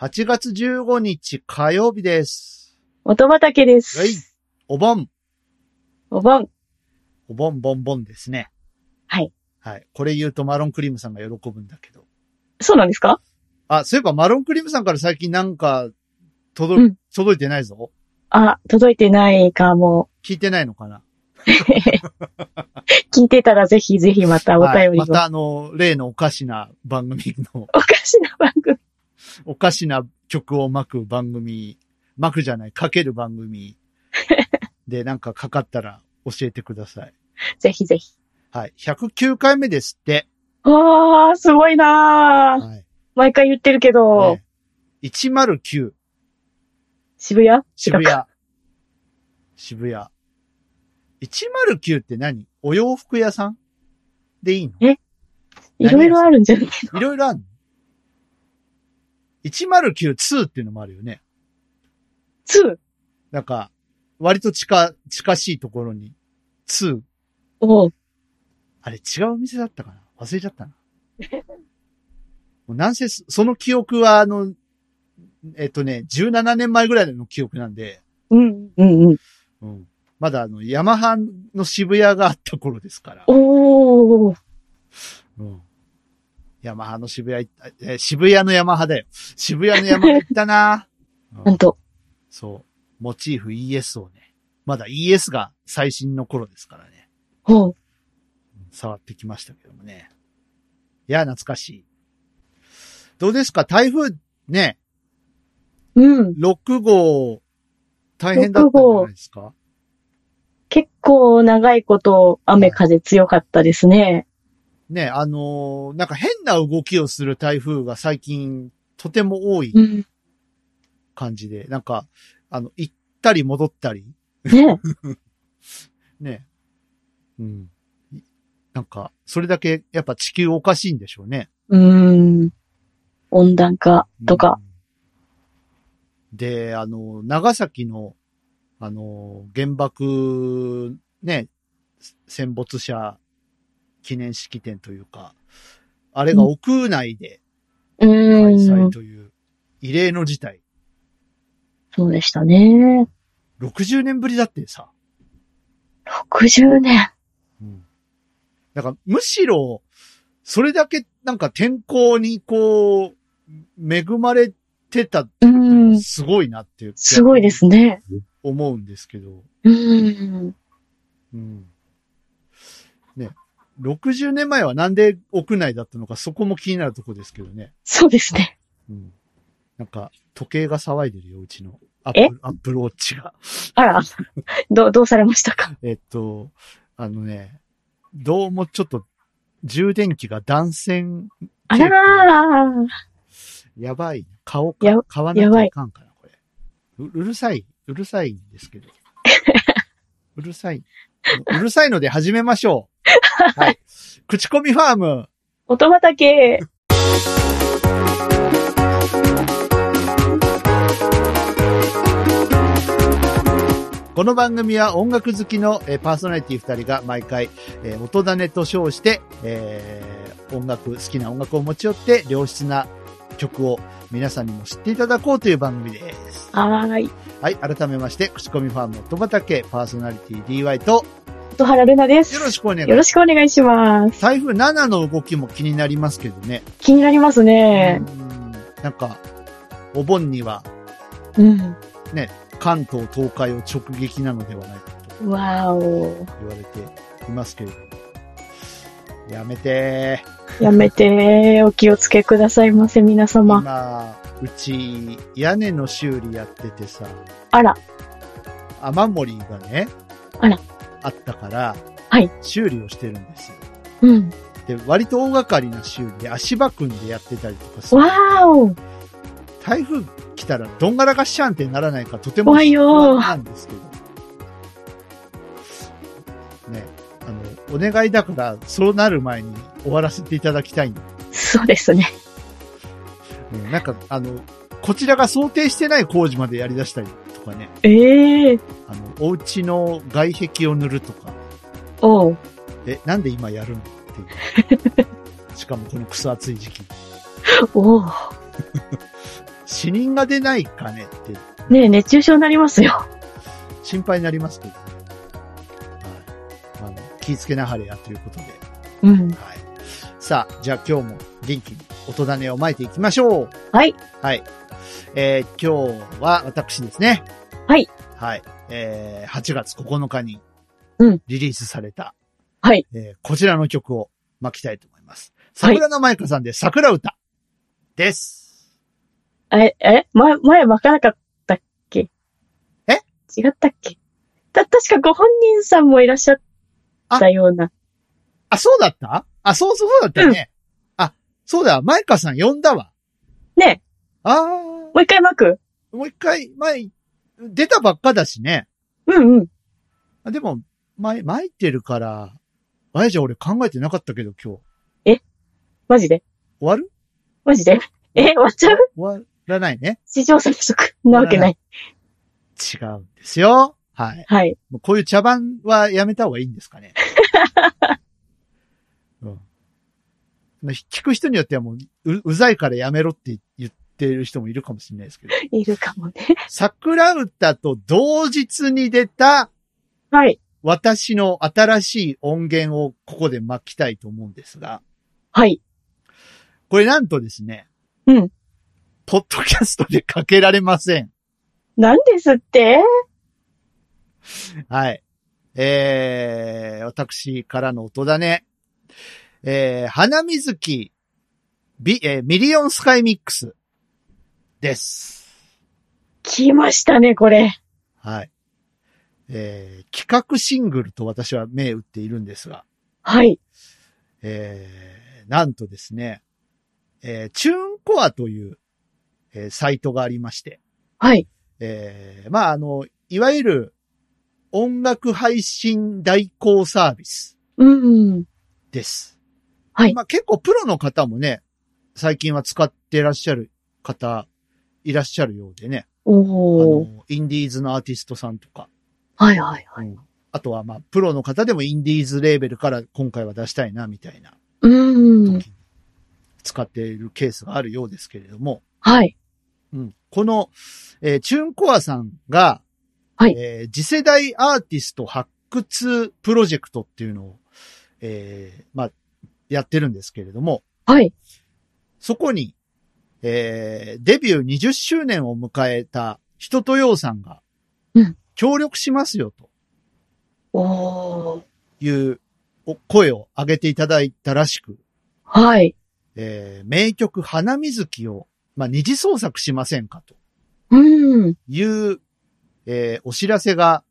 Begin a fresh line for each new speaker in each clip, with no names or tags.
8月15日火曜日です。
音畑で
はい
す。。
お盆、
お盆。
お盆ぼんぼんですね。
はい。
はい。これ言うとマロンクリームさんが喜ぶんだけど。
そうなんですか
あ、そういえばマロンクリームさんから最近なんか、届、
うん
届いてないぞ。
あ、届いてないかも。
聞いてないのかな
聞いてたらぜひぜひまたお
はい
便り
ま
を。
たあの、例のおかしな番組の、
おかしな番組。
おかしな曲を巻く番組、巻くじゃない、かける番 組でなんかかかったら教えてください。
ぜひぜひ。
はい。109回目ですって。
あー、すごいなー。
はい。
毎回言ってるけど、
ね109、
渋谷
渋
近く
谷。渋谷。109って何お洋服屋さんでいいの
いろいろあるんじゃない
いろいろあるの ?1092 っていうのもあるよね。
?2?
なんか、割と近、近しいところに、2。
おう
あれ違うお店だったかな忘れちゃ ったな。もうなんせそ、その記憶はあの、えっとね、17年前ぐらいの記憶なんで、
うん、うん、うん。
うん、まだあの、ヤマハの渋谷があった頃ですから。
おー。
うん、ヤマハの渋谷行った、えー渋谷のヤマハだよ。渋谷のヤマハ行ったな、 う
なんん、と、
そう。モチーフ ES をね。まだ ES が最新の頃ですからね。
おう
触ってきましたけどもね。いや、懐かしい。どうですか台風ね、
うん。
6号、大変だったんじゃないですか
結構長いこと雨風強かったですね。
ね、あのーなんか変な動きをする台風が最近とても多い
うん。
感じで、なんか、あの、行ったり戻ったり、
ね
ね。うん。いなんか、それだけやっぱ地球おかしいんでしょうね。
うーん。温暖化とか。
うん。で、あの、長崎の、あの、原爆、ね、戦没者記念式典というか、あれが屋内で
う
開
ー
催
ん。
という異例の事態。
そうでしたね。
60年ぶりだってさ。
60年。
うん。だから、むしろ、それだけなんか天候にこう、恵まれてたってい
う
うのが
ーん。
すごいなっていう、
すごいで。すね。
思うんですけど。
うーん。
うんね、60年前はなんで屋内だったのか、そこも気になるとこですけどね。
そうですね。
うん、なんか、時計が騒いでるよ、うちの。アップル、アップルウォッチが。
あら、 どう、どうされましたか
えっと、あのね、どうもちょっと、充電器が断線、
あらー
やばい。買おう
や
か。買わなきゃいかんかな、これ。ううるさい、うるさいんです けど。うるさい。うるさいので始めましょう。はい。口コミファーム。
音畑。
この番組は音楽好きの、えーパーソナリティ2人が毎回、えー音種と称して、えー音楽、好きな音楽を持ち寄って良質な曲を皆さんにも知っていただこうという番組です。
はーい。
はい、改めまして、口コミファーム音畑パーソナリティ DY と
音原ルナです。
よろしくお願いし
よ
ま
ろ
す。
しくお願いします。
台風7の動きも気になりますけどね。
気になりますね
う。んなんか、お盆には
うん。
関東、東海を直撃なのではないかと
わーお
言われていますけれども。やめてー。
やめて、お気をつけくださいませ、皆様。
今、うち、屋根の修理やっててさ、
あら、
雨漏りがね、
あら
あったから、
はい
修理をしてるんですよ。
うん。
で、割と大掛かりな修理で足場組んでやってたりとかさ、
わーお
台風来たらどんがらがっしゃんってならないかとても
怖いよー
なんですけど。ね、あの、お願いだから、そうなる前に終わらせていただきたいんだ
そうですね。
うんなんか、あの、こちらが想定してない工事までやり出したりとかね。
ええー。
あの、お家の外壁を塗るとか、
おう。
え、なんで今やるのって いう。しかもこのクソ暑い時期に。
おう。
死人が出ないかねって
ねえ、熱中症になりますよ。
心配になりますけど、ねはい、あの気ぃつけなはれやということで、
うん。
はい、さあ、じゃあ今日も元気に音種をまいていきましょう。
はい。
はい。えー今日は私ですね。
はい。
はい。えー8月9日に
うん
リリースされた、
はい。
えーこちらの曲を巻きたいと思います。桜の舞香さんで桜歌です。
え、え、前、前巻かなかったっけ
え
違ったっけた、確かご本人さんもいらっしゃったような。
あ、そうだったあ、そうそうそうだったね。あ、そうだ、舞香さん呼んだわ。
ね
あ
え、もう一回巻く
ー、もう一回、前、出たばっかだしね。
うんうん。
あでも、前、巻いてるから、あやじゃん俺考えてなかったけど今日。
マジで
終わる
マジでえ、終わっちゃう
終わらないね。
史上最速なわけない。
違うんですよ。はい。
はい。
もうこういう茶番はやめた方がいいんですかね。うん、聞く人によってはもうう、うざいからやめろって言ってる人もいるかもしれないですけど。
いるかもね。
桜歌と同日に出た
はい。
私の新しい音源をここで巻きたいと思うんですが、
はい。
これなんとですね。
うん。
ポッドキャストでかけられません。
なんですって
はい。えー、私からの音だね。えー、花水木、ビ、えーミリオンスカイミックスです。
来ましたね、これ。
はい。えー、企画シングルと私は銘打っているんですが、
はい。
えー、なんとですね、えー、チューンコアという、えーサイトがありまして、
はい。
えー、まあ、あの、いわゆる音楽配信代行サービス。
うん。
です。
はい
まあ結構プロの方もね、最近は使ってらっしゃる方、いらっしゃるようでね。あ
おー。
の、インディーズのアーティストさんとか。
はいはいはい。
うんあとはまあ、プロの方でもインディーズレーベルから今回は出したいな、みたいな、
うん。
使っているケースがあるようですけれども。
はい。
うん、この、えーチューンコアさんが、
はい
えー次世代アーティスト発掘プロジェクトっていうのを、えーまあ、やってるんですけれども。
はい。
そこに、えー、デビュー20周年を迎えた人とようさんが
うん、
協力しますよと
おー。
いうお声を上げていただいたらしく、
はい。
えー、名曲花水木を、まあ、二次創作しませんかと
うん。
いう、えー、お知らせが、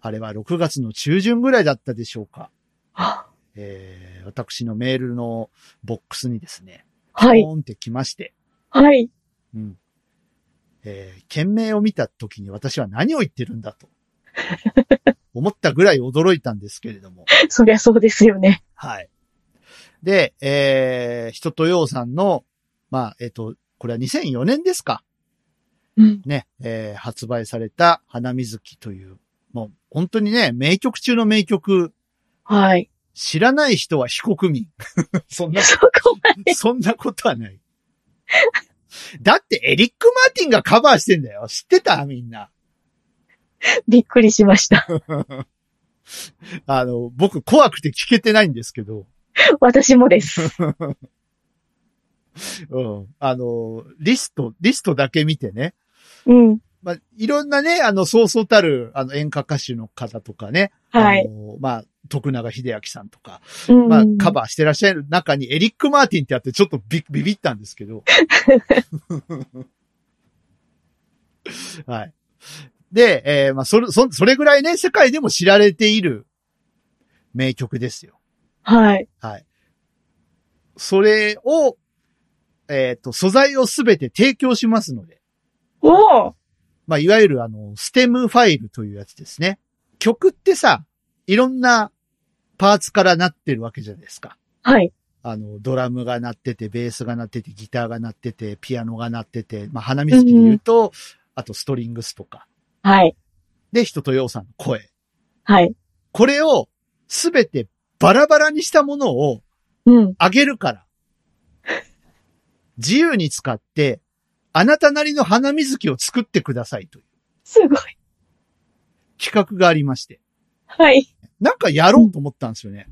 あれは6月の中旬ぐらいだったでしょうか。
は
えー、私のメールのボックスにですね、ポ
はい。
ーンって来まして、
はい。
うん。えー、件名を見た時に私は何を言ってるんだ と。思ったぐらい驚いたんですけれども。
そりゃそうですよね。
はい。で、えー、人とようさんの、まあ、えっ、と、これは2004年ですか。
うん。
ね、えー発売された花水木という、もう本当にね、名曲中の名曲、
はい。
知らない人は非国民。 そんな、
そこま
そんなことはない。だってエリック・マーティンがカバーしてんだよ。知ってたみんな。
でびっくりしました。
あの、僕怖くて聞けてないんですけど、
私も です。
うん。あの、リスト、リストだけ見てね。
うん。
まあ、いろんなね、あの、そうそうたる、あの、演歌歌手の方とかね。
はい。
あの。まあ、徳永秀明さんとか、
うん。
まあ、カバーしてらっしゃる中にエリック・マーティンってあってちょっとビビビったんですけど。 はい。で、えーまあ、それ、そ、それぐらいね、世界でも知られている名曲ですよ。
はい。
はい。それを、えっ、と、素材をすべて提供しますので、
おー。
まあ、いわゆるあの、ステムファイルというやつですね。曲ってさ、いろんなパーツからなってるわけじゃないですか。
はい。
あの、ドラムが鳴ってて、ベースが鳴ってて、ギターが鳴ってて、ピアノが鳴ってて、まあ、花水木で言うと、あとストリングスとか。
はい。
で、人とようさんの声。
はい。
これをすべてバラバラにしたものを、
うん。
あげるから。自由に使って、あなたなりの花水木を作ってくださいという
すごい。
企画がありまして。
はい。
なんかやろうと思ったんですよね。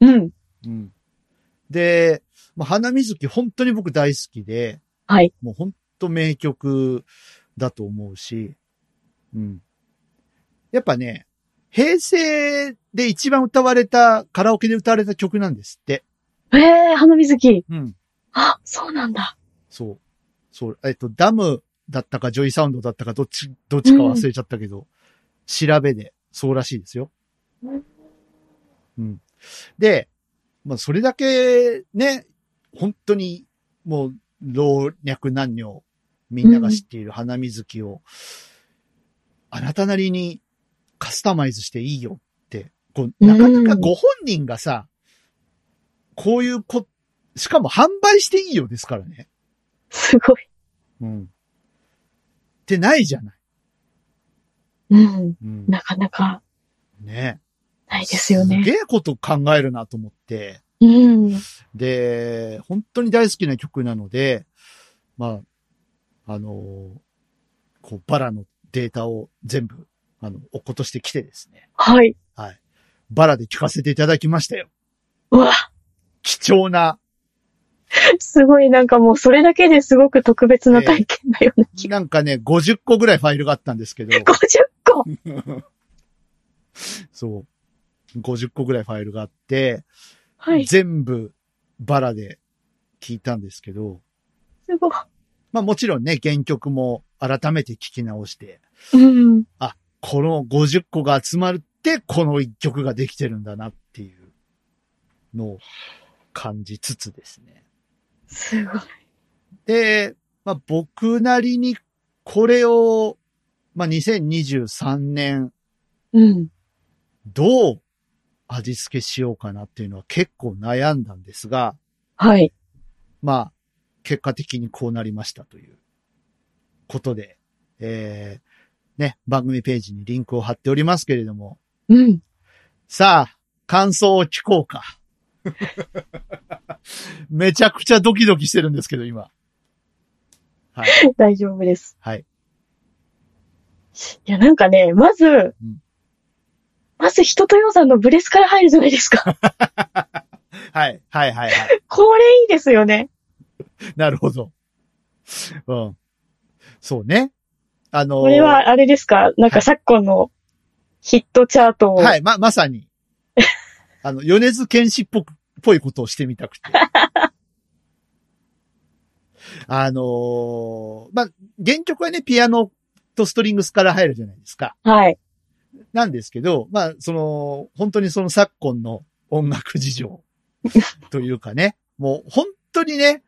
うん。
うん。で、まあ、花水木本当に僕大好きで、
はい。
もう本当名曲だと思うし、うん。やっぱね、平成で一番歌われた、カラオケで歌われた曲なんですって。
ええー、花水木。
うん。
あ、そうなんだ。
そう。そう。えっと、ダムだったか、ジョイサウンドだったか、どっち、どっちか忘れちゃったけど、調べで、そうらしいですよ。うん。で、まあ、それだけ、ね、本当に、もう、老若男女、みんなが知っている花水木を、あなたなりにカスタマイズしていいよって、こう、なかなかご本人がさ、こういうこ、しかも販売していいよですからね。
すごい。
うん。ってないじゃない。
うん。
うん
なかなか
ね
ないですよね。
げえこと考えるなと思って。
うん。
で、本当に大好きな曲なので、まあ、あのこう、バラのデータを全部、あの、落っことしてきてですね。
はい。
はい。バラで聴かせていただきましたよ。
うわ、
貴重な、
すごいなんかもうそれだけですごく特別な体験だよ ね。
なんかね、50個ぐらいファイルがあったんです けど、
50個
そう。50個ぐらいファイルがあって、
はい。
全部バラで聞いたんですけど、
すごい。
まあもちろんね、原曲も改めて聞き直して、
うん。
この50個が集まって、この1曲ができてるんだなっていうのを感じつつですね。
すごい。
で、まあ僕なりにこれを、まあ2023年
うん。
どう味付けしようかなっていうのは結構悩んだんですが、
はい。
まあ、結果的にこうなりましたということで、えー、ね、番組ページにリンクを貼っておりますけれども、
うん。
さあ、感想を聞こうか。 めちゃくちゃドキドキしてるんですけど、今。はい。
大丈夫です。
はい。
いや、なんかね、まず、
うん
まず人とようさんのブレスから入るじゃないです か。
はい、はい、はい、はい。
これいいですよね。
なるほど。うん。そうね。あのー
これは、あれですかな
は
んか
い
昨今のヒットチャートを。
はい、ま、まさ に。あの、米津玄師っぽく、ぽいことをしてみたくて。 あのーまあ、原曲はね、ピアノとストリングスから入るじゃないですか。
はい。
なんですけど、まあ、その、本当にその昨今の音楽事情 というかね、もう本当にね、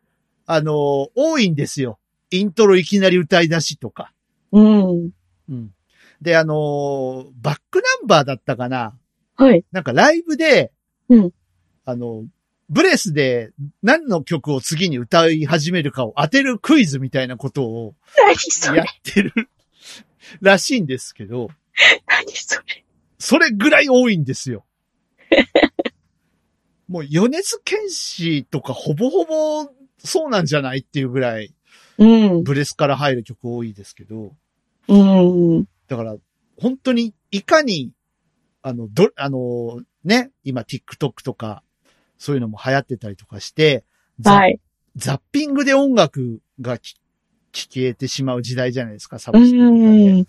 あのー多いんですよ。イントロいきなり歌い出しとか。
うん。
うん。で、あのーバックナンバーだったかな
はい。
なんかライブで、
うん
あの、ブレスで何の曲を次に歌い始めるかを当てるクイズみたいなことを
何そ
や
れ
ってるらしいんですけど、
何それ
それぐらい多いんです よ。もう、米津玄師とかほぼほぼそうなんじゃないっていうぐらい、
うん。
ブレスから入る曲多いですけど、
うん。
だから、本当に、いかに、あの、ど、あの、ね、今 TikTok とか、そういうのも流行ってたりとかして、ザ
はい。
ザッピングで音楽がき聞けてしまう時代じゃないですか、サ
う
ブスクとかで。
ん。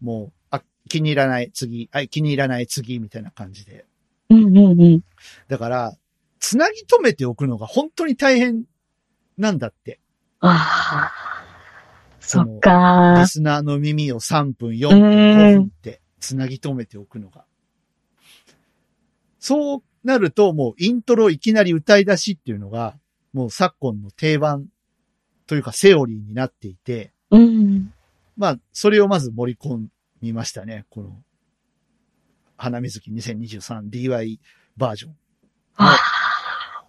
もう、あ、気に入らない、次、あ、気に入らない、次、みたいな感じで。
うんうんうん。
だから、つなぎ止めておくのが本当に大変なんだって。
ああ。そ
その
っか
リスナーの耳を3分、4分、5
う
分
ん
って繋ぎ止めておくのが。そうなるともうイントロいきなり歌い出しっていうのが、もう昨今の定番というかセオリーになっていて、
うん。
まあ、それをまず盛り込みましたね。この、花水木 2023DY バージョン。
ああ。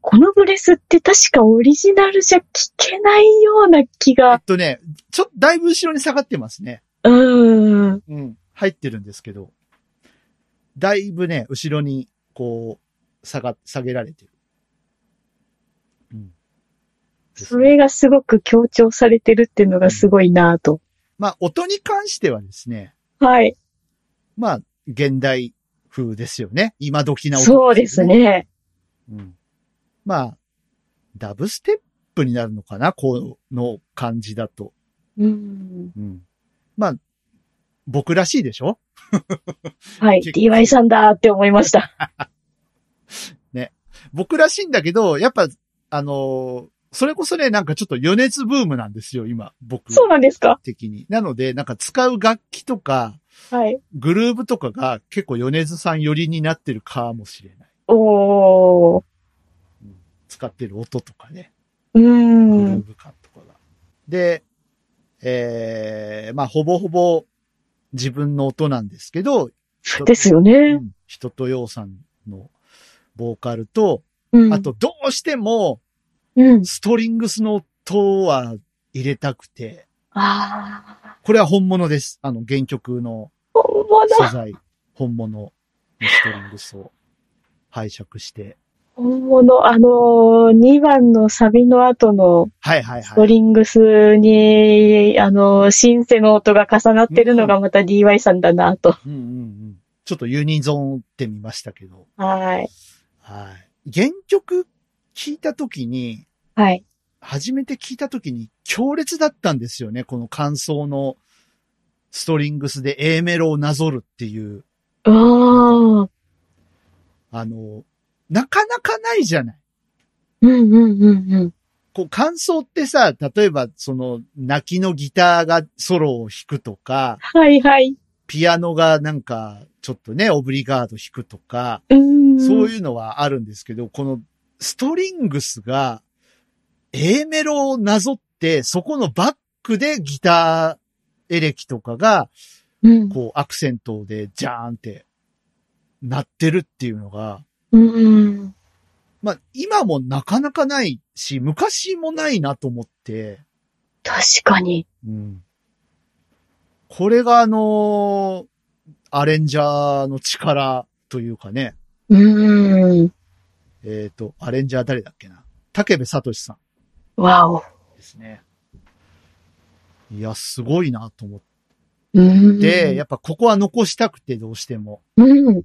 このブレスって確かオリジナルじゃ聞けないような気
えっ
が。
とね、ちょっとだいぶ後ろに下がってますね。
うーん。
うん、入ってるんですけど、だいぶね、後ろに、こう、下が、下げられてる。です
そ
ね、
れがすごく強調されてるっていうのがすごいなぁと。
まあ、音に関してはですね、
はい。
まあ、現代風ですよね。今時な音、
そうです。ね。
うん、まあ、ダブステップになるのかなこの感じだと。
うん。
うん、まあ、僕らしいでしょ
はい。
結構
DY さんだーって思いました。
僕らしいんだけど、やっぱ、あのーそれこそね、なんかちょっと余熱ブームなんですよ、今、僕
そうなんですか
的に。なので、なんか使う楽器とか、
はい。
グルーブとかが結構米津さん寄りになってるかもしれない。
おー。
使ってる音とかね、
う
グルー
ん。
ブ感とかが。で、えー、まあ、ほぼほぼ自分の音なんですけど、
ですよ
う
ね。
ん、人とようさんのボーカルと、
うん。
あとどうしても
うん。
ストリングスの音は入れたくて、
あー。
これは本物です。あの、原曲の
本物。
素材、本物のストリングスを拝借して。
本物。あのー、2番のサビの後の
はいはい
ス
は
ト
い。
リングスに、あのー、シンセの音が重なってるのがまた DY さんだなぁと。
うんうんうん。ちょっとユニゾンってみましたけど。
はい。
はい。原曲聞いたときに、
はい。
初めて聞いたときに強烈だったんですよね。この感想のストリングスで A メロをなぞるっていう、
うーん。
あの、なかなかないじゃない。
うんうんうんうん。
こう感想ってさ、例えばその泣きのギターがソロを弾くとか、
はいはい。
ピアノがなんかちょっとね、オブリガード弾くとか、
うーん。
そういうのはあるんですけど、このストリングスが A メロをなぞって、そこのバックでギターエレキとかが、
うん。
こうアクセントでジャーンってなってるっていうのが、
うん。
まあ今もなかなかないし、昔もないなと思って、
確かに。
うん。これがあのーアレンジャーの力というかね、
うーん。
えっ、と、アレンジャー誰だっけな竹部聡さん
わお。
ですね。いや、すごいなと思っ
うーん。
て、やっぱここは残したくてどうしても。
うん。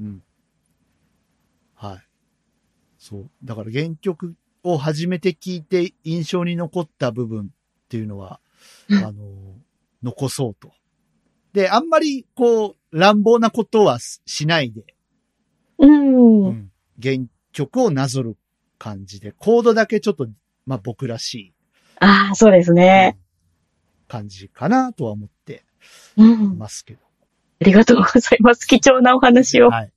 うん。はい。そう。だから原曲を初めて聞いて印象に残った部分っていうのは、
うん
あの、残そうと。で、あんまりこう、乱暴なことはししないで、
うん。
うん原曲をなぞる感じで、コードだけちょっと、まあ僕らし
ああ、そうです
い
ね。
感じかなとは思って
うん。あ
ますけど。
りがとうございます。貴重なお話を。
はい。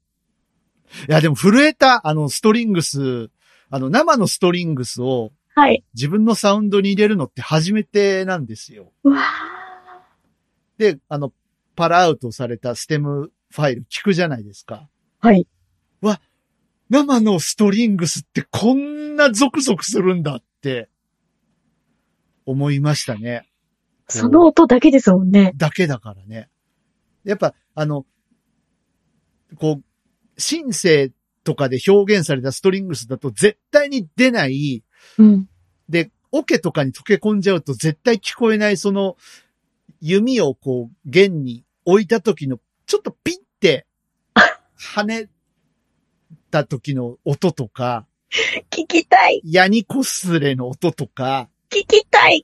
いや、でも震えた、あの、ストリングス、あの、生のストリングスを
はい。
自分のサウンドに入れるのって初めてなんですよ。
うわ
で、あの、パラアウトされたステムファイル聞くじゃないですか。
ーはい。
生のストリングスってこんなゾクゾクするんだって思いましたね。
その音だけですもんね。
だけだからね。やっぱ、あの、こう、シンセとかで表現されたストリングスだと絶対に出ない
うん。
で、オケとかに溶け込んじゃうと絶対聞こえないその弓をこう弦に置いた時のちょっとピッて跳ねた時の音とか、
聞きたい
ヤニコスレの音とか、
聞きたい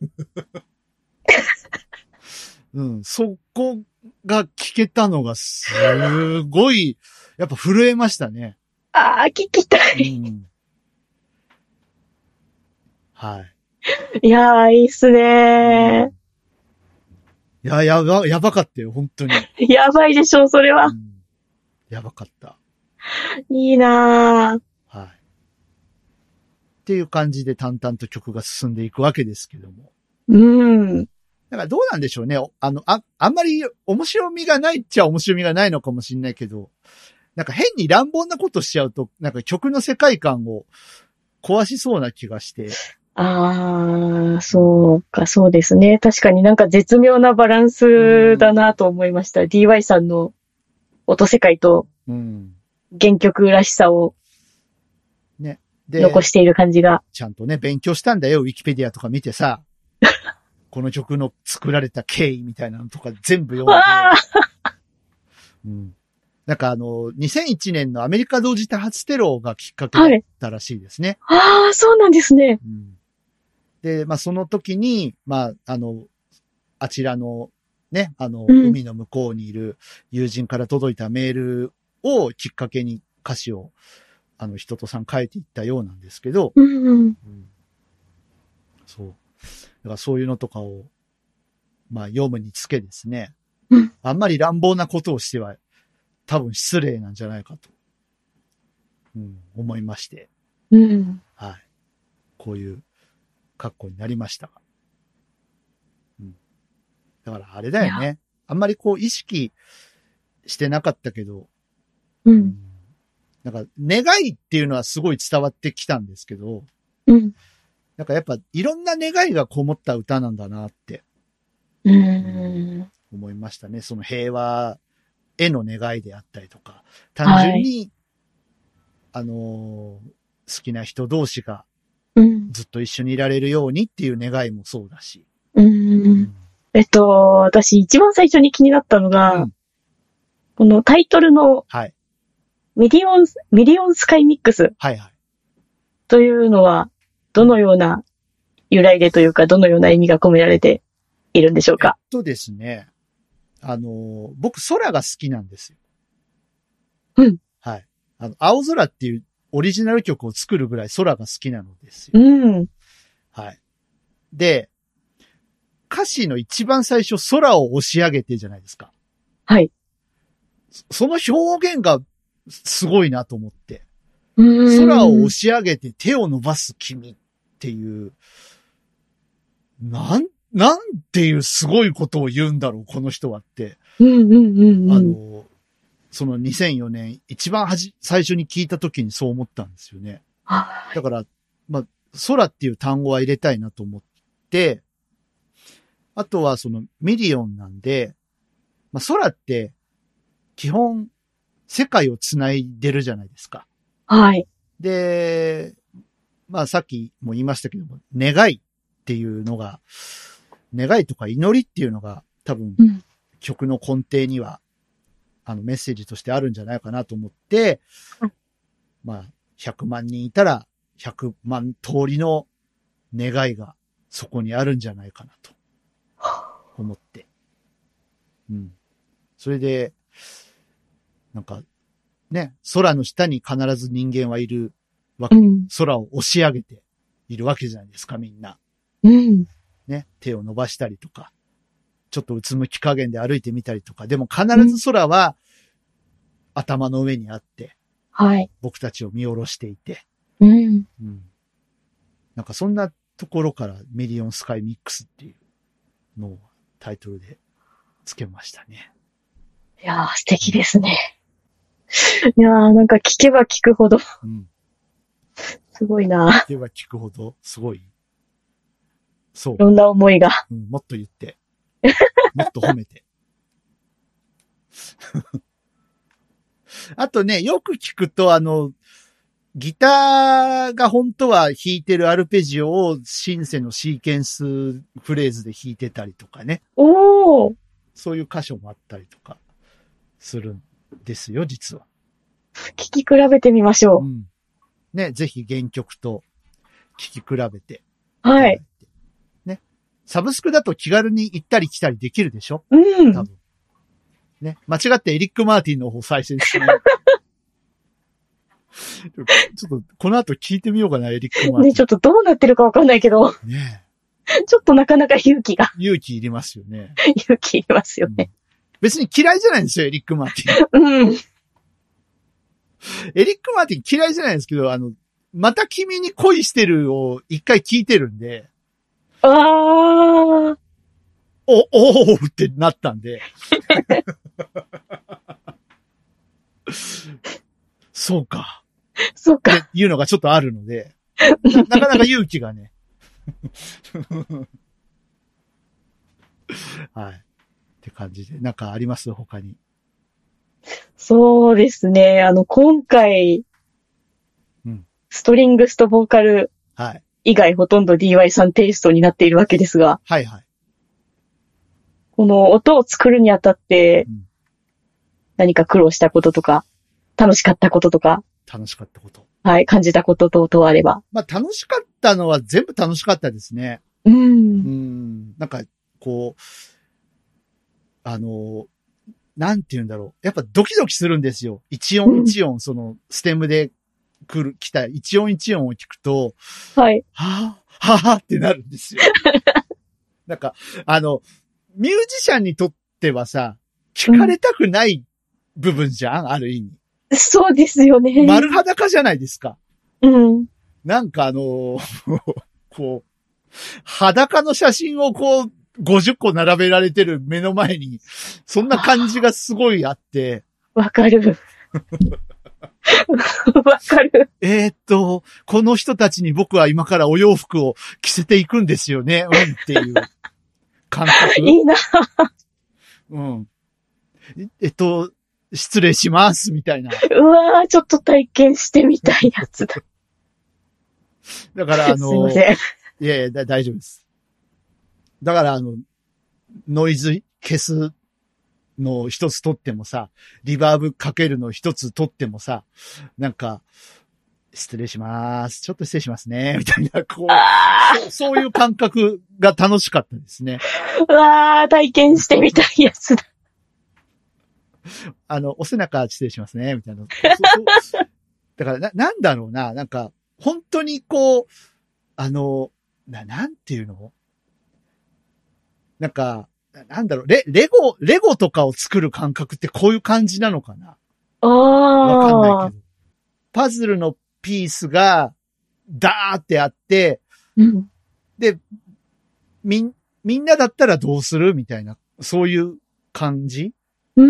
うん、そこが聞けたのがすごい、やっぱ震えましたね。
ああ、聞きた
う
い。
ん、はい。
いやー、いいっすね
いや、やば、やばかったよ、本当に。
ー。やばいでしょ、それ
う
は。
んやばかった。
いいなー。
はい。っていう感じで淡々と曲が進んでいくわけですけども。
うん。
だからどうなんでしょうね。おあの、あ、あんまり面白みがないっちゃ面白みがないのかもしれないけど、なんか変に乱暴なことしちゃうと、なんか曲の世界観を壊しそうな気がして。
ああ、そうか、そうですね。確かになんか絶妙なバランスだなと思いました。DY さんの音世界と
うん。
原曲らしさを。
ね。で、
残している感じが。
ちゃんとね、勉強したんだよ、ウィキペディアとか見て さ。この曲の作られた経緯みたいなのとか全部読んで。
わあ
うん。なんかあの、2001年のアメリカ同時多発テロがきっかけだったらしいですね。
ああ、そうなんですね。
うんで、まあ、その時に、まあ、あの、あちらの、ね、あの、
うん
海の向こうにいる友人から届いたメールをきっかけに歌詞を、あの、人とさん書いていったようなんですけど、
うんうん。
そう。だからそういうのとかを、まあ、読むにつけですね
うん。
あんまり乱暴なことをしては、多分失礼なんじゃないかと、うん、思いまして、
うん。
はい。こういう格好になりましたが。うん。だからあれだよ
い
ね。あんまりこう意識してなかったけど、
う。。
うんなんか願いっていうのはすごい伝わってきたんですけど、
うん。
なんかやっぱいろんな願いがこもった歌なんだなって
うん。
思いましたね。その平和への願いであったりとか、単純に、あのー好きな人同士が
うん。
ずっと一緒にいられるようにっていう願いもそうだし。
うん。えっと、私一番最初に気になったのが、
うん
このタイトルの
はい。
ミリオン、ミリオンスカイミックス
はいはい。
というのは、どのような由来でというか、どのような意味が込められているんでしょ
え
う
っ
か。
とですね、あの、僕空が好きなんですよ。
うん。
はい。あの、青空っていうオリジナル曲を作るぐらい空が好きなのですよ。
うん。
はい。で、歌詞の一番最初空を押し上げてじゃないですか。
はい。
そその表現がすごいなと思って。空
空
を押し上げて手を伸ばす君っていう、なん、なんていうすごいことを言うんだろう、この人はって。
うんうんうん
あ
うん。
の、その2004年、一番はじ、最初に聞いた時にそう思ったんですよね。
は
だから、まあ、空っていう単語は入れたいなと思って、あとはそのミリオンなんで、まあ、空って、基本、世界を繋いでるじゃないですか。
はい。
で、まあさっきも言いましたけども、願いっていうのが、願いとか祈りっていうのが多分
うん
曲の根底には、あのメッセージとしてあるんじゃないかなと思って
うん、
まあ100万人いたら100万通りの願いがそこにあるんじゃないかなと思って。うん。それで、なんかね、空の下に必ず人間はいる
うん。
空を押し上げているわけじゃないですか、みんな。
うん。
ね、手を伸ばしたりとか、ちょっとうつむき加減で歩いてみたりとか、でも必ず空は頭の上にあって、
はい。
僕たちを見下ろしていて、
うん。
うん。なんかそんなところからミリオンスカイミックスっていうのをタイトルでつけましたね。
いやー、素敵ですね。いやー、なんか聞けば聞くほど、す
うん。
ごいな。
聞けば聞くほどすごい。そう
い。ろんな思いが。
うん、もっと言って。 もっと褒めて。 あとね、よく聞くと、あの、ギターが本当は弾いてるアルペジオをシンセのシーケンスフレーズで弾いてたりとかね。
おー、
そういう箇所もあったりとかするんですよ、実は。
聞き比べてみまし
う
ょ
ん。ね、ぜひ原曲と聴き比べて。
う。はい。。
ね。サブスクだと気軽に行ったり来たりできるでしょ
うん
多。分。ね。間違ってエリック・マーティンの方再生 してないちょっと、この後聞いてみようかな、エリック・マー
ね、
テ
ち
ィ
ょっとどうなってるかわかんないけど、
ン。ね
ちょっとなかなか勇気が、
勇気いりますよね。
勇気いりますよ
うん
ね。
別に嫌いじゃないんですよ、エリック・マーティン。
うん。
エリック・マーティン嫌いじゃないですけど、あの、また君に恋してるを一回聞いてるんで、
あー、
お、おーってなったん で。そうか。
そうか。
っていうのがちょっとあるので、ななかなか勇気がね。はい。って感じで、なんかあります他に。
そうですね。あの、今回
うん、
ストリングスとボーカル
はい。
以外ほとんど DY さんテイストになっているわけですが、
はいはい。
この音を作るにあたって
うん、
何か苦労したこととか、楽しかったこととか、
楽しかったこと。
はい、感じたこと等々あれば。
まあ楽しかったのは全部楽しかったですね。
う。
うんん。なんか、こう、あの、なんて言うんだろう。やっぱドキドキするんですよ。一音一音、その、ステムで来る、来た一音一音を聞くと、
はい。
はぁ、はぁってなるんですよ。 なんか、あの、ミュージシャンにとってはさ、聞かれたくない部分じゃん、ある意
そうですよね。
味。丸裸じゃないですか。
うん。
なんかあの ーこう、裸の写真をこう、50個並べられてる目の前に、そんな感じがすごいあって、
わかる。わかる。
えーっと、この人たちに僕は今からお洋服を着せていくんですよね、うんっていう感 覚。
いいな。
うん。ええっと、失礼します、みたいな。
うわー、ちょっと体験してみたいやつだ。
だから、あ
すい
の、
ません。
いやいやだ、大丈夫です。だから、あの、ノイズ消すの一つ取ってもさ、リバーブかけるの一つ取ってもさ、なんか、失礼します。ちょっと失礼しますね。みたいな、こ
あ
う、そうそういう感覚が楽しかったですね。
ーうわー、体験してみたいやつだ。
あの、お背中失礼しますね、みたいな。そうそうだからな、なんだろうな、なんか、本当にこう、あの、な、なんていうのなんか、ななんだろう、レ、レゴ、レゴとかを作る感覚ってこういう感じなのかな わかん
あ
ないけど。パズルのピースが、ダーってあって、
ー。うん
みん、みんなだったらどうするみたいな、そういう感じ
う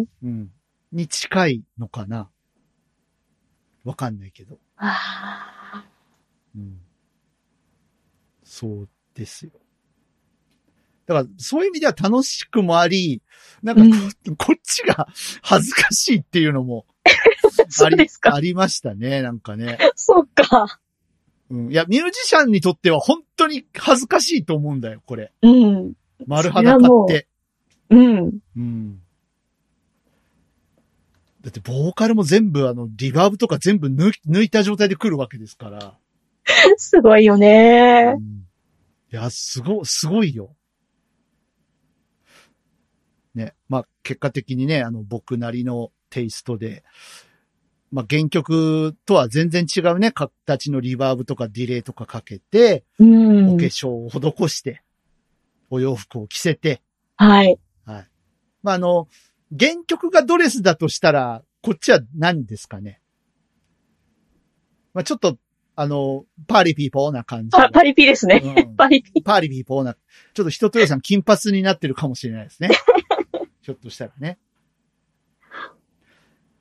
ん。
うん。に近いのかなわかんないけど。
あ
うん。そうですよ。だから、そういう意味では楽しくもあり、なんかこ、こっちが恥ずかしいっていうのも
ー そ
あ
う
り
ですか。
ありましたね、なんかね。
そうか。
うん。いや、ミュージシャンにとっては本当に恥ずかしいと思うんだよ、これ。
うん。
丸裸っ
それ
て。
うん。
うん。だって、ボーカルも全部、あの、リバーブとか全部抜き抜いた状態で来るわけですから。
すごいよね
う。んいや、すご、すごいよ。ね。まあ、結果的にね、あの、僕なりのテイストで、まあ、原曲とは全然違うね、形のリバーブとかディレイとかかけて、
うん。
お化粧を施して、お洋服を着せて、
はい。
はい。まあ、あの、原曲がドレスだとしたら、こっちは何ですかね。まあ、ちょっと、あの、パーリピーポーな感じ。
パパリピですね。
うん
パリピ。
パーリピーポーな、ちょっと人とよさん金髪になってるかもしれないですね。ひょっとしたらね。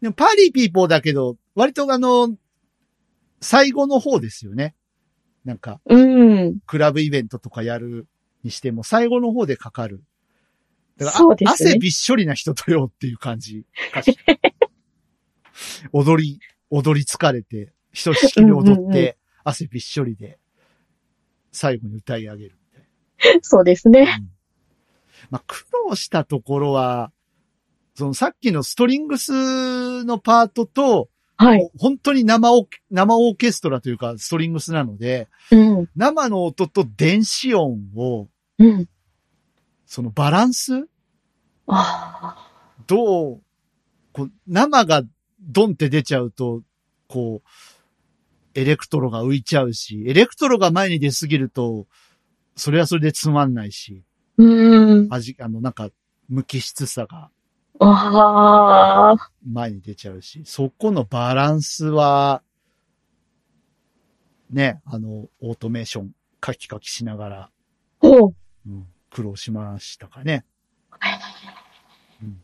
でも、パーリーピーポーだけど、割とあの、最後の方ですよね。なんか、
うん。
クラブイベントとかやるにしても、最後の方でかかる。だからあ
そうですね
汗びっしょりな人とよっていう感じ。 踊り、踊り疲れて、ひとしきり踊って、
うんうんうん
汗びっしょりで、最後に歌い上げるみたいな。
そうですね。
まあ、苦労したところは、そのさっきのストリングスのパートと、
はい。
本当に生オケ生オーケストラというかストリングスなので、
うん。
生の音と電子音を、
うん。
そのバランス
あ
どう、こう生がドンって出ちゃうと、こう、エレクトロが浮いちゃうし、エレクトロが前に出すぎると、それはそれでつまんないし、
ーうん。
味、あの、なんか、無機質さが
ああ。
前に出ちゃうし、そこのバランスは、ね、あの、オートメーション、カキカキしながら、
ほう。
うん苦労しましたかね。うん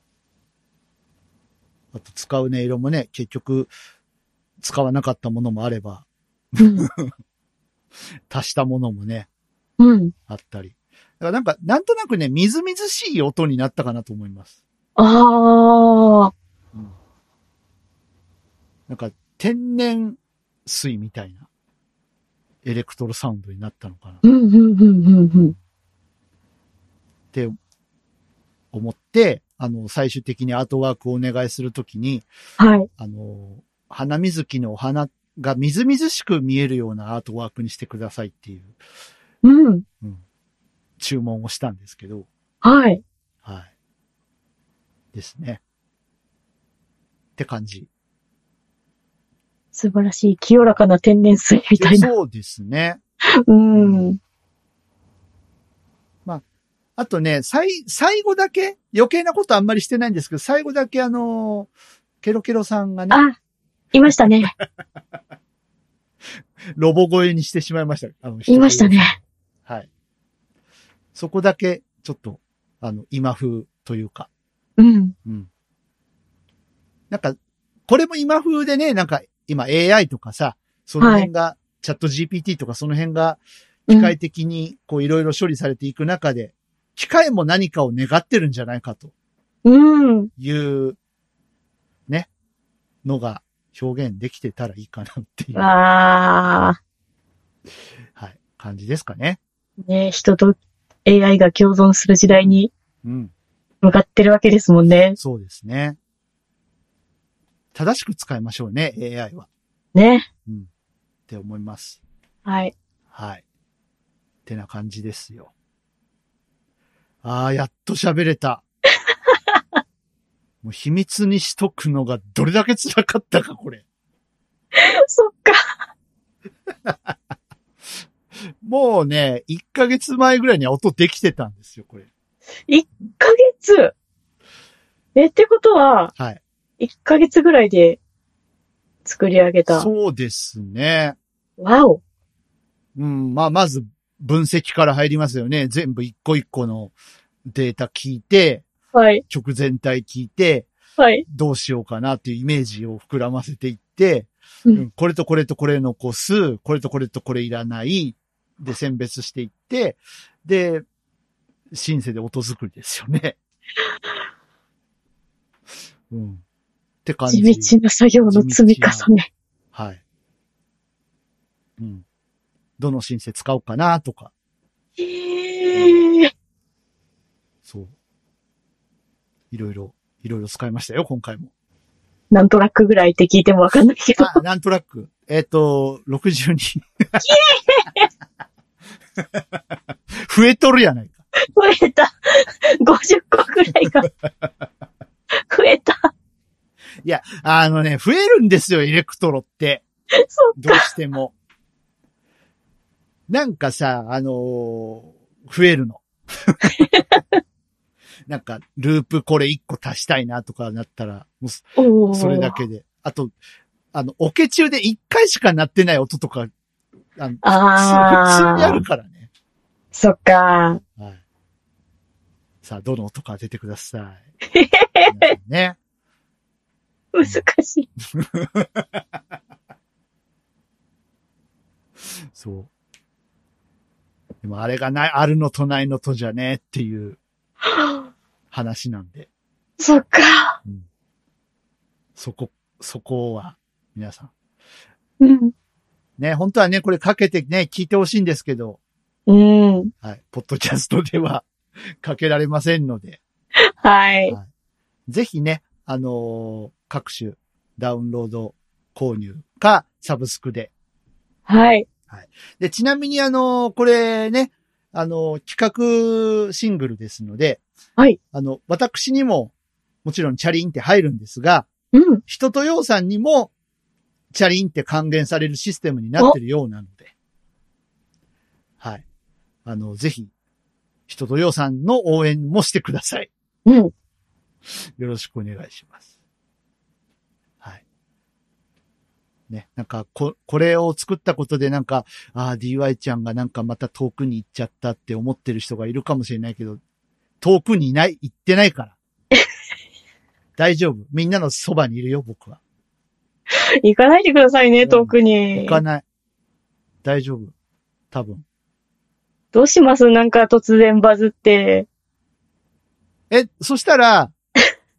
あと、使う音色もね、結局、使わなかったものもあれば、
うん。
足したものもね、
うん。
あったり。だからなんか、なんとなくね、みずみずしい音になったかなと思います。
ああ。
なんか、天然水みたいな、エレクトロサウンドになったのかなっ
うん、うん、うん、うん、
て思って、あの、最終的にアートワークをお願いするときに、
うん。はい。
あの、花水木のお花がみずみずしく見えるようなアートワークにしてくださいっていう
うん。
注文をしたんですけど、
はい。
はい。ですね。って感じ。
素晴らしい、清らかな天然水みたいな。
そうですね。
うん。
あとね、最、最後だけ、余計なことあんまりしてないんですけど、最後だけあの、ケロケロさんがね、
あ、いましたね。
ロボ声にしてしまいました。あの
いましたね。
はい。そこだけ、ちょっと、あの、今風というか、
うん。
うん。なんか、これも今風でね、なんか、今 AI とかさ、その辺が、チャット GPT とかその辺が、
う
機
ん
械的に、こう、いろいろ処理されていく中で、機械も何かを願ってるんじゃないかと。
うん。
いう、ね、のが表現できてたらいいかなっていう、は
あ
い、感じですかね。
ー、ね、人と AI が共存する時代に
うん。
向かってるわけですもんね。
そうですね。正しく使いましょうね、AI は。っ
ね。
て思います。
はい。
はい。ってな感じですよ。ああ、やっと喋れた。もう秘密にしとくのがどれだけ辛かったか、これ。
そっか。
もうね、1ヶ月前ぐらいには音できてたんですよ、これ。
1ヶ月え、ってことは、
はい。
1ヶ月ぐらいで作り上げた。
そうですね。
わお。
うん、まあ、まず分析から入りますよね。全部一個一個のデータ聞いて、
はい。
曲全体聞いて、
はい。
どうしようかなっていうイメージを膨らませていって、
うん
うんこれとこれとこれの個数、これとこれとこれいらない、で選別していって、で、シンセで音作りですよね。 うん。って感じ。
地道な作業の積み重ね。
はい。うん。どのシンセ使おうかなとか、
へえ。
そう。いろいろ、いろいろ使いましたよ、今回も。
なんとなくぐらいって聞いてもわかんないけど。
あ、なんとなく、えっ、と、62。増えとるやないか。
増えた。50個ぐらい が。増えた。
あのね、増えるんですよ、エレクトロって。
そ
どうしても。なんかさ、あのー増える の。なんか、ループこれ1個足したいなとかなったら、もう
う。おー
それだ。けで。あと、あの、オケ中で一回しか鳴ってない音とか、あの、普通にあ
あ
る
あ。
からね。
そっか。
はい。さあ、どの音か当ててください。皆さんね。
難しい。
そう。でもあれがない、あるのとないのとじゃねっていう話なんで、
そっか。
そこ、そこは、皆さん。
うん。
ね、本当はね、これかけてね、聞いてほしいんですけど、
うん。
はい、ポッドキャストでは かけられませんので、
はい。
ぜひね、あのー各種ダウンロード購入かサブスクで。
はい。
で、ちなみにあのーこれね、あのー企画シングルですので、
はい。
あの、私にも、もちろんチャリンって入るんですが、
うん。
人とようさんにも、チャリンって還元されるシステムになってるようなので、はい。あの、ぜひ、人とようさんの応援もしてください。
うん。
よろしくお願いします。はい。ね、なんか、こ、これを作ったことでなんか、ああ、DY ちゃんがなんかまた遠くに行っちゃったって思ってる人がいるかもしれないけど、遠くにいない、行ってないから。大丈夫。みんなのそばにいるよ、僕は。
行かないでくださいね、遠く
行
に。
かない。大丈夫。多分。
どうしますなんか突然バズって。
え、そしたら、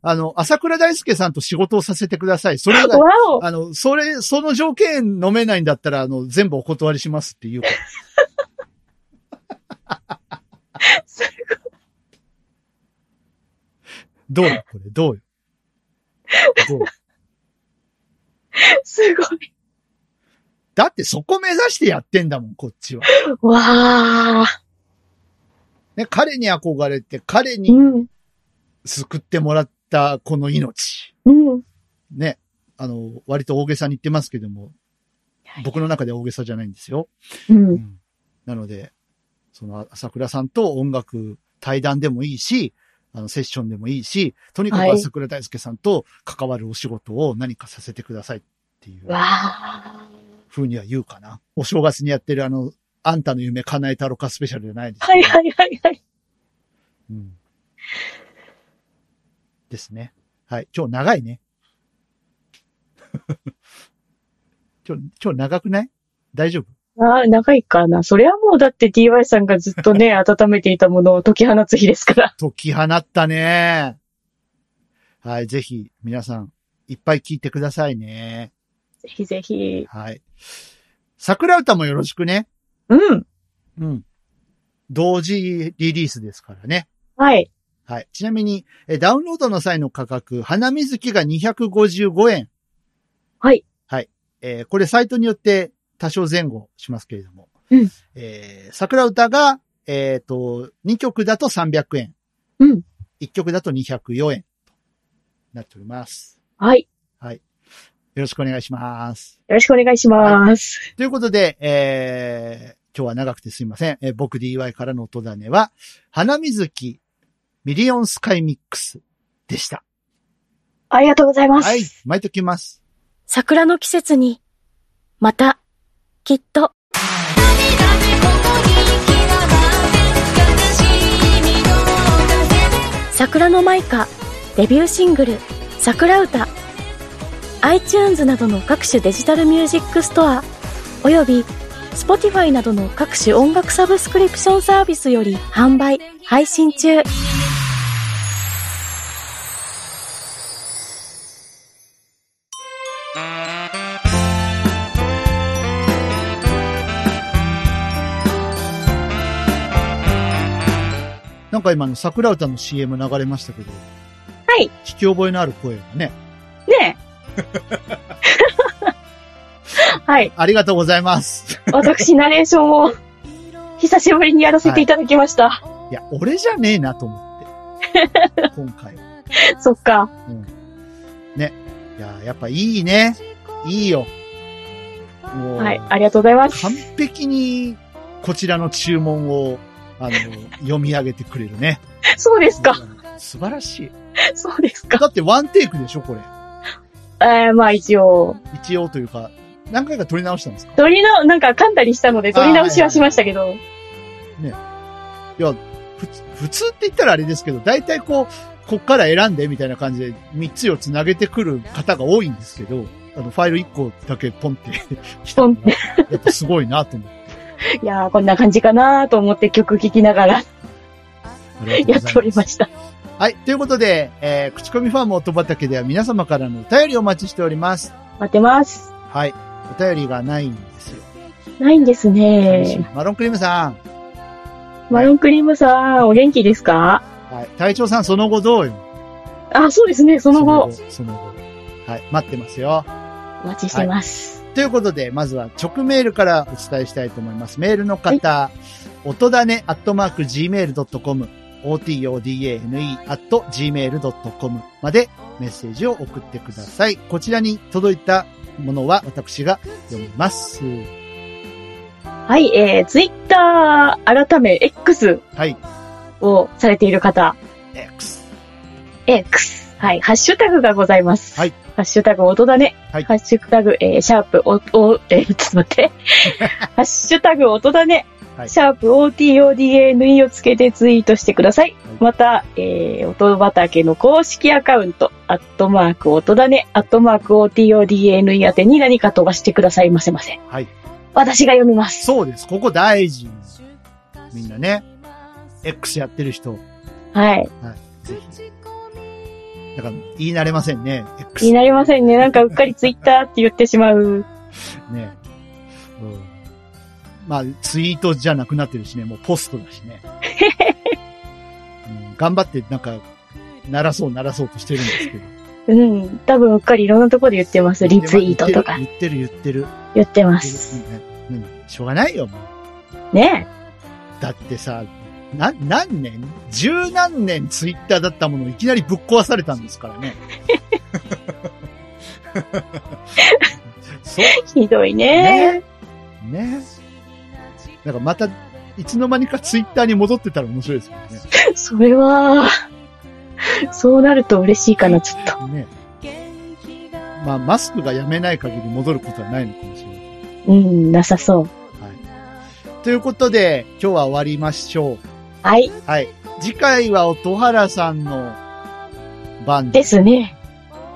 あの、朝倉大輔さんと仕事をさせてください。それ以
わ
外、
お
あの、それ、その条件飲めないんだったら、あの、全部お断りしますっていうか。
す
どうよ、これ、どうよ。どうよ
すごい。
だってそこ目指してやってんだもん、こっちは。
わあ。
ね、彼に憧れて、彼
う
に
ん。
救ってもらったこの命。
うん。
ね。あの、割と大げさに言ってますけども、僕の中では大げさじゃないんですよ。
うん。
なので、その、朝倉さんと音楽対談でもいいし、あの、セッションでもいいし、とにか
は
く
い
朝倉大輔さんと関わるお仕事を何かさせてくださいっていう
わあ。
ふうには言うかな。お正月にやってるあの、あんたの夢叶えたろかスペシャルじゃないですけ
は
ど
いはいはいはい。
うん。ですね。はい。今日長いね。 今日、今日長くない大丈夫
ああ、長いかな。それはもうだって DY さんがずっと ね、温めていたものを解き放つ日ですから。
解き放ったね。はい。ぜひ、皆さん、いっぱい聞いてくださいね。
ぜひぜひ。
はい。桜歌もよろしくね。
うん。
うん。同時リリースですからね。
はい。
はい。ちなみに、えダウンロードの際の価格、花水木が255円。
はい。
はい。えーこれサイトによって多少前後しますけれども。
うん
えー桜歌が、えっ、と、2曲だと300円。
うん。
1曲だと204円。となっております。
はい。
よろしくお願いします。
よろしくお願いします。
ということで、えー今日は長くてすいません。えー僕 DY からの音種は、花水木ミリオンスカイミックスでした。
ありがとうございます。
はい、巻いときます。
桜の季節に、また、きっと、桜のマイカ、デビューシングル、桜歌。iTunes などの各種デジタルミュージックストア、および Spotify などの各種音楽サブスクリプションサービスより販売、配信中。
なんか今の桜歌の CM 流れましたけど。
はい。
聞き覚えのある声がね。
ねえ。 はい。
ありがとうござい ます。
私、ナレーションを久しぶりにやらせていただきました。
いや、俺じゃねえなと思って。今回は。
そっか。
いや、やっぱいいね。いいよ。もう、
はい。ありがとうございます。
完璧にこちらの注文を、あの、読み上げてくれるね。
そうですか。
素晴らしい。
そうですか。
だってワンテイクでしょ、これ。
えー、まあ一応、
一応というか、何回か撮り直したんですか
取り直、なんか噛んだりしたので、取り直しはしましたけど。
いや、普通、普通って言ったらあれですけど、大体こう、こっから選んでみたいな感じで、3つ4つ投げてくる方が多いんですけど、あの、ファイル1個だけポンって 来たのが、やっぱすごいなと思って。
いやー、こんな感じかなーと思って曲聴きながら
ありがとうござい
やっておりました。
はい。ということで、えー、口コミファーム音畑では皆様からのお便りをお待ちしております。
待ってます。
はい。お便りがないんですよ。
ないんです
寂しい
ね。
マロンクリームさん。
マロンクリームさん、お元気ですか
はい。隊長さん、その後どうよ
あ、そうですね、その後、。
その後。はい。待ってますよ。
お待ちしてます。
ということで、まずは直メールからお伝えしたいと思います。メールの方、音だね、アットマーク、gmail.com、otodane、アット、gmail.com までメッセージを送ってください。こちらに届いたものは私が読みます。
はい、えー、ツイッター、改め、X
はい。
をされている方、
X。
X。はい、ハッシュタグがございます。
はい。
ハッシュタグ、音だね。
はい
ハッシュタグ、えー、シャープ、お、お、えー、ちょっと 待って。ハッシュタグ、音だね。
はい
シャープ、OTODANE をつけてツイートしてください。
はい
また、えー、音畑の公式アカウント、アットマーク、音だね、アットマーク、OTODANE 宛てに何か飛ばしてくださいませませ。
はい。
私が読みます。
そうです。ここ大事。みんなね。X やってる人、
はい。
ぜひ。なんか、言い慣れませんね。X
気になりませんね。なんかうっかりツイッターって言ってしまう。
ね。うん。まあ、ツイートじゃなくなってるしね、もうポストだしね。うん、頑張って、なんか、鳴らそう鳴らそうとしてるんです けど。
うん。多分うっかりいろんなところで言ってます。リツイートとか
言ってる言ってる
言って
言
ま
ってる
す。
うんうんしょうがないよ、もう。
ね
だってさ、な、何年十何年ツイッターだったものをいきなりぶっ壊されたんですから ね。 そう
え。ひどいね。
ねねなんかまた、いつの間にかツイッターに戻ってたら面白いですよね。
それは、そうなると嬉しいかな、ちょっと。
ねまあ、マスクがやめない限り戻ることはないのかもしれない。
うん、なさそう。
はい。ということで、今日は終わりましょう。
はい。
はい。次回は音原さんの番
で
です
ね。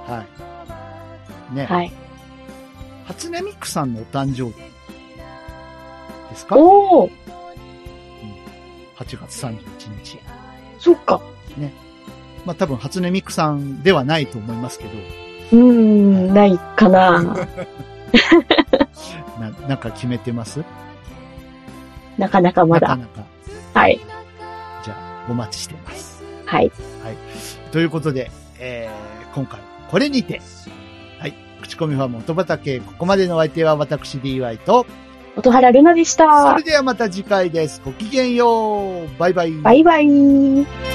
はい。ね。
はい。
初音ミクさんのお誕生日ですか ?8
おお
月31日。
そっか。
まあ多分初音ミクさんではないと思いますけど、
うーん、ないか な。
ななんか決めてます
なかなかま
なか
だ。
なか。
はい。
じゃあ、お待ちしています。
はい。
ということで、えー、今回はこれにて、はい。口コミファン元畑、ここまでのお相手は私 DY と、
音原ルナでし
そ
た
れ。ではまた次回です。ごきげんよう。バイバイ。
バイバ
「
イ。
君の声が聞こえる」